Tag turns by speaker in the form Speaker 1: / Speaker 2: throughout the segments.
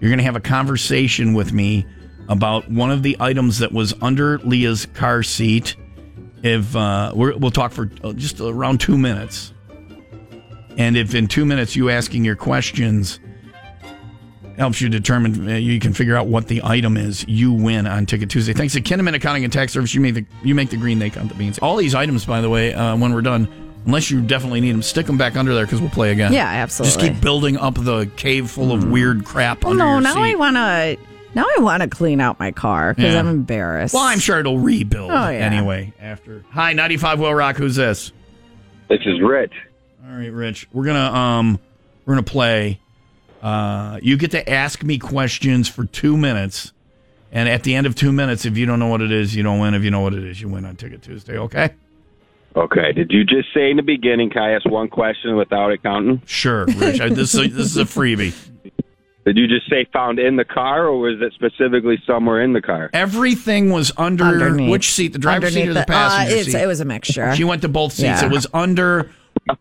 Speaker 1: You're going to have a conversation with me about one of the items that was under Leah's car seat. If uh, we're, we'll talk for uh, just around two minutes, and if in two minutes you asking your questions helps you determine, uh, you can figure out what the item is. You win on Ticket Tuesday. Thanks to Kinnaman Accounting and Tax Service, you make the you make the green, they count the beans. All these items, by the way, uh, when we're done, unless you definitely need them, stick them back under there because we'll play again.
Speaker 2: Yeah, absolutely.
Speaker 1: Just keep building up the cave full of weird crap.
Speaker 2: Well,
Speaker 1: under
Speaker 2: no,
Speaker 1: your
Speaker 2: now I
Speaker 1: seat.
Speaker 2: want to. Now I want to clean out my car because
Speaker 1: Yeah.
Speaker 2: I'm embarrassed.
Speaker 1: Well, I'm sure it'll rebuild
Speaker 2: Oh, yeah.
Speaker 1: anyway. After hi, 95 Will Rock. Who's this?
Speaker 3: This is Rich.
Speaker 1: All right, Rich. We're gonna um we're gonna play. Uh you get to ask me questions for two minutes. And at the end of two minutes, if you don't know what it is, you don't win. If you know what it is, you win on Ticket Tuesday, okay?
Speaker 3: Okay, did you just say in the beginning, can I ask one question without it counting?
Speaker 1: Sure, Rich. I, this, is a, this is a freebie.
Speaker 3: Did you just say found in the car, or was it specifically somewhere in the car?
Speaker 1: Everything was under
Speaker 2: Underneath.
Speaker 1: which seat? The driver's seat or
Speaker 2: Underneath
Speaker 1: the, passenger
Speaker 2: uh, it's-
Speaker 1: seat?
Speaker 2: It was a mixture.
Speaker 1: She went to both seats.
Speaker 2: Yeah.
Speaker 1: It was under.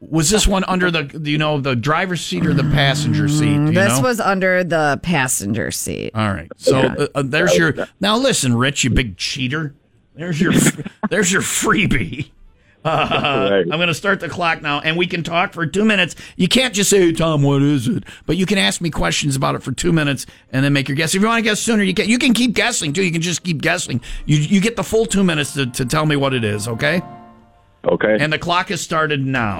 Speaker 1: Was this one under the you know the driver's seat or the passenger seat? do you
Speaker 2: this
Speaker 1: know?
Speaker 2: was under the passenger seat.
Speaker 1: All right. So uh, uh, there's your now. Listen, Rich, you big cheater. There's your there's your freebie. Uh,
Speaker 3: Right.
Speaker 1: I'm going to start the clock now, and we can talk for two minutes. You can't just say, "Hey, Tom, what is it?" But you can ask me questions about it for two minutes, and then make your guess. If you want to guess sooner, you can. You can keep guessing too. You can just keep guessing. You you get the full two minutes to, to tell me what it is. Okay.
Speaker 3: Okay.
Speaker 1: And the clock has started now.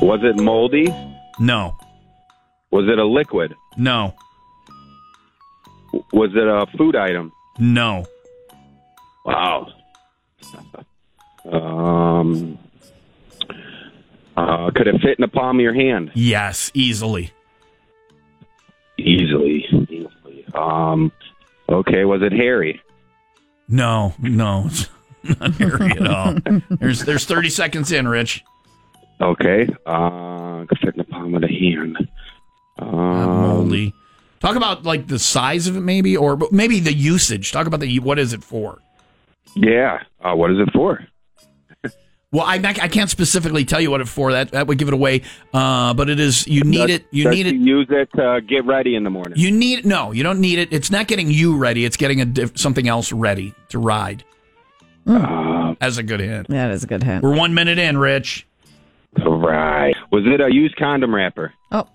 Speaker 3: was it moldy?
Speaker 1: No,
Speaker 3: Was it a liquid?
Speaker 1: no,
Speaker 3: W- Was it a food item?
Speaker 1: no.
Speaker 3: Wow. Um, uh, could it fit in the palm of your hand?
Speaker 1: Yes, easily.
Speaker 3: Easily. Easily. Um, okay, was it hairy?
Speaker 1: No, no, it's not hairy at all. There's there's 30 seconds in, Rich.
Speaker 3: Okay. Uh, could fit in the palm of the hand.
Speaker 1: Not
Speaker 3: Um,
Speaker 1: moldy. Talk about like the size of it, maybe, or but maybe the usage. Talk about the what is it for?
Speaker 3: yeah. Uh, what is it for?
Speaker 1: Well, I I can't specifically tell you what it's for. That that would give it away. Uh, but it is you need it. You
Speaker 3: Does
Speaker 1: need
Speaker 3: he
Speaker 1: it.
Speaker 3: Use it to get ready in the morning.
Speaker 1: You need no. You don't need it. It's not getting you ready. It's getting a diff, something else ready to ride.
Speaker 3: Uh,
Speaker 1: As a good hint.
Speaker 2: That is a good hint.
Speaker 1: We're one minute in, Rich.
Speaker 3: all right. Was it a used condom wrapper?
Speaker 2: Oh,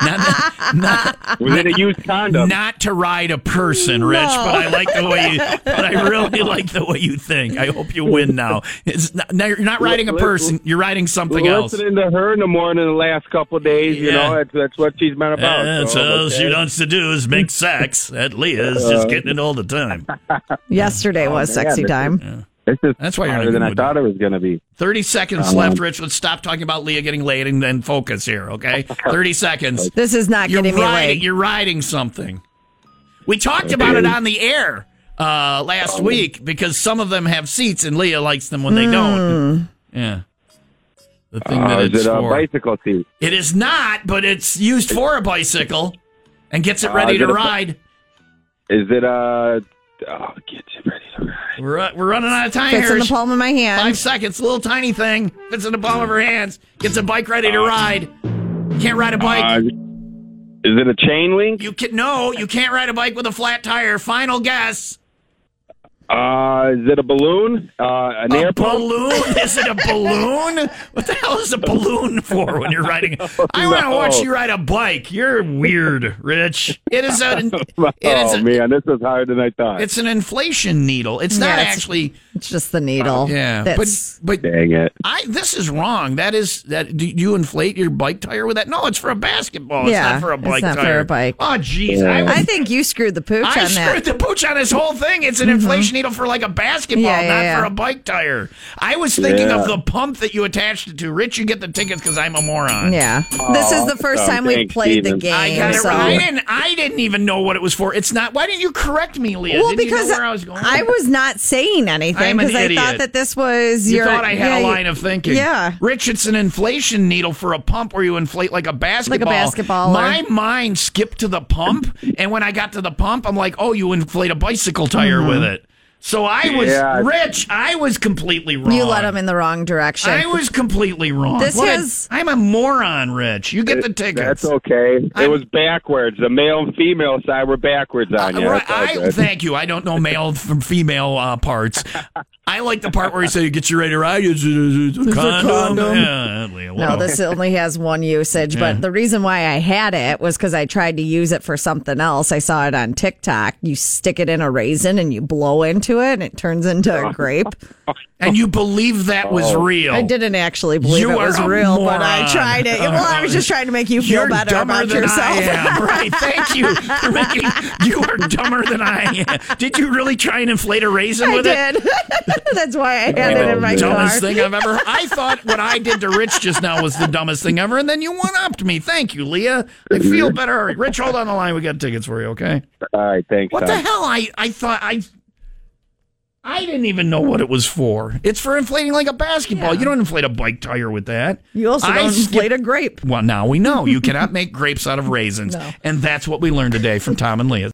Speaker 1: Not, not,
Speaker 3: Was it a used condom?
Speaker 1: not to ride a person, Rich, but I like the way you, but I really like the way you think. I hope you win now. It's not, now you're not riding a
Speaker 3: Listen-
Speaker 1: person, you're riding something else.
Speaker 3: Listening to her in the morning the last couple of days, you
Speaker 1: Yeah.
Speaker 3: know, that's, that's what she's been about.
Speaker 1: Uh,
Speaker 3: so,
Speaker 1: so
Speaker 3: okay. Uh,
Speaker 1: she wants to do is make sex. That Leah's just getting it all the time. Oh,
Speaker 2: yesterday was
Speaker 3: man,
Speaker 2: sexy
Speaker 3: this is-
Speaker 2: time.
Speaker 3: This is
Speaker 1: That's why you're in a
Speaker 3: harder than
Speaker 1: good
Speaker 3: I
Speaker 1: mood.
Speaker 3: thought it was going to be.
Speaker 1: Thirty seconds
Speaker 3: uh,
Speaker 1: left, Rich. Let's stop talking about Leah getting laid and then focus here, okay? Thirty seconds.
Speaker 2: This is not
Speaker 1: You're
Speaker 2: getting me
Speaker 1: riding.
Speaker 2: laid.
Speaker 1: You're riding something. We talked about it on the air uh, last
Speaker 2: Oh.
Speaker 1: week because some of them have seats and Leah likes them when they
Speaker 2: Hmm.
Speaker 1: don't. Yeah, the thing that
Speaker 3: Uh,
Speaker 1: it's
Speaker 3: is it a
Speaker 1: for.
Speaker 3: bicycle seat?
Speaker 1: it is not, but it's used for a bicycle and gets it
Speaker 3: Uh,
Speaker 1: ready
Speaker 3: is
Speaker 1: to
Speaker 3: it a-
Speaker 1: ride.
Speaker 3: Is it a. Oh, get you ready to ride.
Speaker 1: We're, ru- we're running out of time
Speaker 2: Fits
Speaker 1: here.
Speaker 2: in the palm of my
Speaker 1: Five
Speaker 2: hand.
Speaker 1: seconds, little tiny thing fits in the palm of her hands. Gets a bike ready to ride. You can't ride a bike.
Speaker 3: Uh, is it a chain link?
Speaker 1: you can no, you can't ride a bike with a flat tire. Final guess.
Speaker 3: Uh, is it a balloon? Uh, an
Speaker 1: A
Speaker 3: air pump?
Speaker 1: balloon? Is it a balloon? What the hell is a balloon for when you're riding? I want to
Speaker 3: Oh, no.
Speaker 1: watch you ride a bike. You're weird, Rich. It is a.
Speaker 3: Oh,
Speaker 1: It is a
Speaker 3: man, this is harder than I thought.
Speaker 1: it's an inflation needle. It's not
Speaker 2: Yeah, it's-
Speaker 1: actually.
Speaker 2: It's just the needle.
Speaker 1: Uh, Yeah,
Speaker 2: That's,
Speaker 1: but but
Speaker 3: Dang it.
Speaker 1: I this is wrong. That is that. Do you inflate your bike tire with that? No, it's for a basketball.
Speaker 2: Yeah,
Speaker 1: it's not for a
Speaker 2: it's
Speaker 1: bike
Speaker 2: not for
Speaker 1: tire.
Speaker 2: a bike.
Speaker 1: Oh, jeez. I, was-
Speaker 2: I think you screwed the pooch
Speaker 1: I
Speaker 2: on
Speaker 1: screwed
Speaker 2: that. Mm-hmm.
Speaker 1: the pooch on this whole thing. It's an inflation needle for like a basketball,
Speaker 2: Yeah, yeah,
Speaker 1: not
Speaker 2: yeah.
Speaker 1: for a bike tire. I was thinking
Speaker 3: Yeah.
Speaker 1: of the pump that you attached it to. Rich, you get the tickets because I'm a moron.
Speaker 2: Yeah. this is the first
Speaker 3: um,
Speaker 2: time we've
Speaker 3: thanks,
Speaker 2: played the
Speaker 3: Steven.
Speaker 2: game.
Speaker 1: I got it
Speaker 2: so-
Speaker 1: right. I didn't, I didn't even know what it was for. It's not. Why didn't you correct me, Leah?
Speaker 2: Well,
Speaker 1: didn't
Speaker 2: because
Speaker 1: you know where I was going.
Speaker 2: I was not saying anything
Speaker 1: I'm an
Speaker 2: because I
Speaker 1: idiot.
Speaker 2: thought that this was
Speaker 1: You
Speaker 2: your.
Speaker 1: thought I had
Speaker 2: yeah,
Speaker 1: a
Speaker 2: you-
Speaker 1: line of thinking.
Speaker 2: Yeah.
Speaker 1: Rich, it's an inflation needle for a pump where you inflate like a basketball.
Speaker 2: basketball or-
Speaker 1: My mind
Speaker 2: Mm-hmm.
Speaker 1: skipped to the pump, and when I got to the pump, I'm like, oh, you inflate a bicycle tire with it. So I was
Speaker 3: Yeah.
Speaker 1: rich. I was completely wrong.
Speaker 2: You led him in the wrong direction.
Speaker 1: I was completely wrong.
Speaker 2: This
Speaker 1: What a-
Speaker 2: has-
Speaker 1: I'm a moron, Rich. You get the tickets.
Speaker 3: That's okay.
Speaker 1: I'm-
Speaker 3: it was backwards. The male and female side were backwards on you.
Speaker 1: Uh,
Speaker 3: That's all
Speaker 1: right, I,
Speaker 3: good.
Speaker 1: thank you. I don't know male from female uh, parts. I like the part where he said, "Get your radar eye." It's, it's, it's a condom.
Speaker 2: condom.
Speaker 1: Yeah, well,
Speaker 2: no, this only has one usage, but the reason why I had it was because I tried to use it for something else. I saw it on TikTok. You stick it in a raisin and you blow into it and it turns into a grape. Oh.
Speaker 1: and you believe that was real.
Speaker 2: I didn't actually believe
Speaker 1: Oh. You
Speaker 2: it
Speaker 1: are
Speaker 2: was
Speaker 1: a
Speaker 2: real, but
Speaker 1: moron.
Speaker 2: I tried it. Well, I was just trying to make you feel
Speaker 1: You're
Speaker 2: better
Speaker 1: dumber
Speaker 2: about
Speaker 1: than
Speaker 2: yourself.
Speaker 1: I am. Right? Thank you for making. You are dumber than I am. Did you really try and inflate a raisin
Speaker 2: I
Speaker 1: with it?
Speaker 2: did. That's why I had it
Speaker 3: Oh,
Speaker 2: in my
Speaker 1: dumbest
Speaker 2: car.
Speaker 1: thing I've ever. I thought what I did to Rich just now was the dumbest thing ever, and then you one upped me. Thank you, Leah. I feel
Speaker 2: Mm-hmm.
Speaker 1: better. All right, Rich, hold on the line. We got tickets for you. Okay.
Speaker 3: All right, thanks.
Speaker 1: What the
Speaker 3: Tom.
Speaker 1: hell? I I thought I. I didn't even know what it was for. It's for inflating like a basketball. You don't inflate a bike tire with that.
Speaker 2: You also
Speaker 1: I
Speaker 2: don't
Speaker 1: skipped-
Speaker 2: inflate a grape.
Speaker 1: Well, now we know you cannot make grapes out of raisins,
Speaker 2: No.
Speaker 1: and that's what we learned today from Tom and Leah.